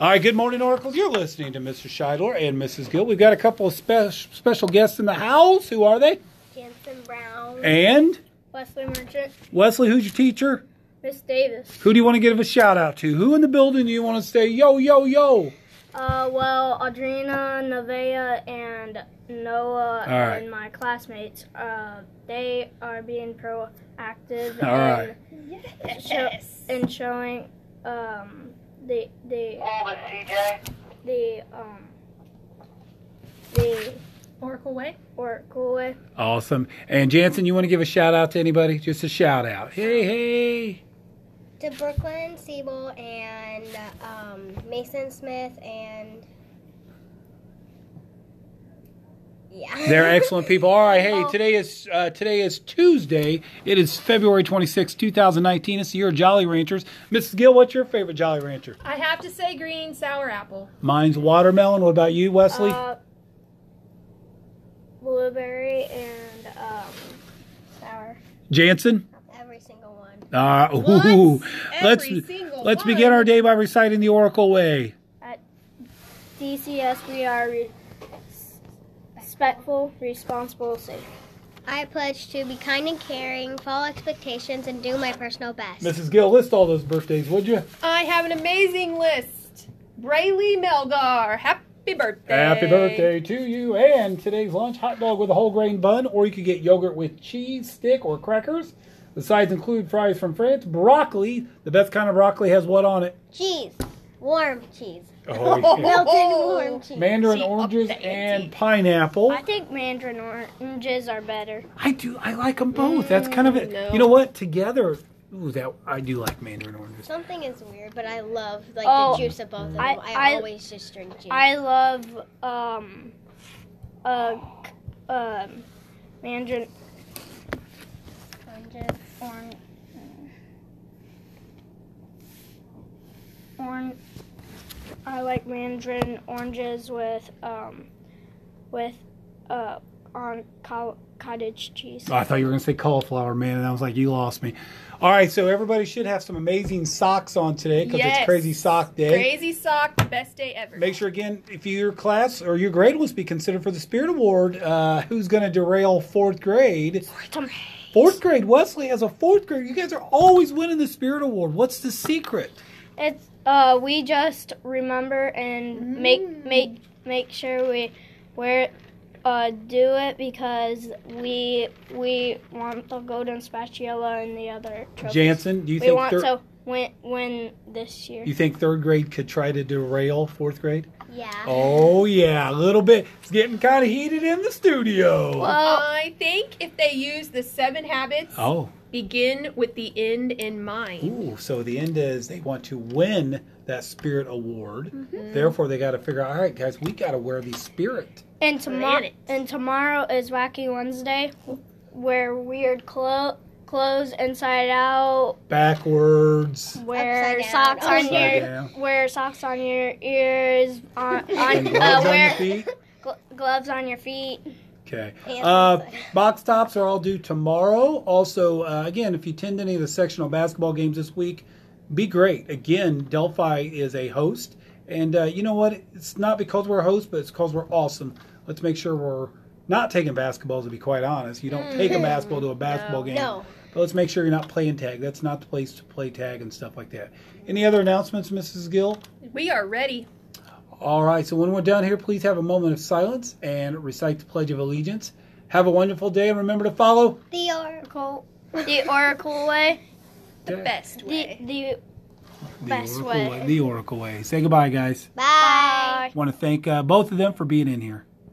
All right, good morning, Oracle. You're listening to Mr. Scheidler and Mrs. Gill. We've got a couple of spe- special guests in the house. Who are they? Jansen Brown, And Wesley Merchant, Wesley, who's your teacher? Miss Davis. Who do you want to give a shout out to? Who in the building do you want to say, yo, yo, yo? Uh, well, Audrina, Nevaeh, and Noah All right. and my classmates, uh, they are being proactive All and, right. sho- and showing um, the the Hold it, TJ. the um the Oracle Way. Oracle way. Awesome. And Jansen, you want to give a shout out to anybody? Just a shout out. Hey, hey. to Brooklyn Siebel and um, Mason Smith and yeah, They're excellent people. All right, hey, today is uh, today is Tuesday. It is February twenty sixth, 2019. It's the year of Jolly Ranchers. Mrs. Gill, what's your favorite Jolly Rancher? I have to say green sour apple. Mine's watermelon. What about you, Wesley? Uh, blueberry and um sour. Jansen? every single one. Uh, Once ooh. every Let's single let's one. begin our day by reciting the Oracle Way. DCS, we are re- respectful, responsible, safe. I pledge to be kind and caring, follow expectations, and do my personal best. Mrs. Gill, list all those birthdays, would you? I have an amazing list. Brayley Melgar, happy birthday. Happy birthday to you. And today's lunch hot dog with a whole grain bun, or you could get yogurt with cheese, stick, or crackers. The sides include fries from France, broccoli. The best kind of broccoli has what on it? Cheese, warm cheese, yeah. melted Oh. warm cheese. Mandarin She upped oranges the ante. and pineapple. I think mandarin oranges are better. I do. I like them both. That's kind of it. no. You know what? Together, ooh, that I do like mandarin oranges. Something is weird, but I love like Oh, the juice of both of them. I- I, I- always just drink juice. I love um uh c- um mandarin oranges orange orange I like mandarin oranges with um with uh on col- cottage cheese. I thought you were going to say cauliflower, man, and I was like, you lost me. All right, so everybody should have some amazing socks on today because it's Yes. Crazy Sock Day. Crazy sock, the best day ever. Make sure again, if your class or your grade wants to be considered for the Spirit Award, uh, who's going to derail fourth grade? Fourth grade. Wesley has a fourth grade. You guys are always winning the Spirit Award. What's the secret? It's uh we just remember and Mm. make make make sure we wear uh do it because we we want the golden spatula and the other trophies. Jansen, do you we think want thir- to win win this year. you think third grade could try to derail fourth grade? yeah. Oh yeah, a little bit. It's getting kind of heated in the studio. Well, I think if they use the seven habits, Oh, begin with the end in mind. ooh. So the end is they want to win that Spirit Award. Therefore, they got to figure out. All right, guys, we got to wear the Spirit. and tomorrow planet. and tomorrow is Wacky Wednesday, where weird clo- clothes inside out, Backwards. wear Upside down. socks on Upside your down. wear socks on your ears, on, And on uh, gloves on your wear feet. Gl- gloves on your feet. Okay. And Uh, outside. box tops are all due tomorrow. Also, uh, again, if you attend any of the sectional basketball games this week, be great. Again, Delphi is a host. And uh, you know what? It's not because we're a host, but it's because we're awesome. Let's make sure we're not taking basketballs, to be quite honest. You don't take a basketball to a basketball game. Mm-hmm. No. But let's make sure you're not playing tag. That's not the place to play tag and stuff like that. Any other announcements, Mrs. Gill? We are ready. All right, so when we're done here, please have a moment of silence and recite the Pledge of Allegiance. Have a wonderful day and remember to follow. The Oracle. The Oracle way. The Okay. best The way. the The Best Oracle way. The Oracle Way. Say goodbye, guys. Bye. want to thank uh, both of them for being in here.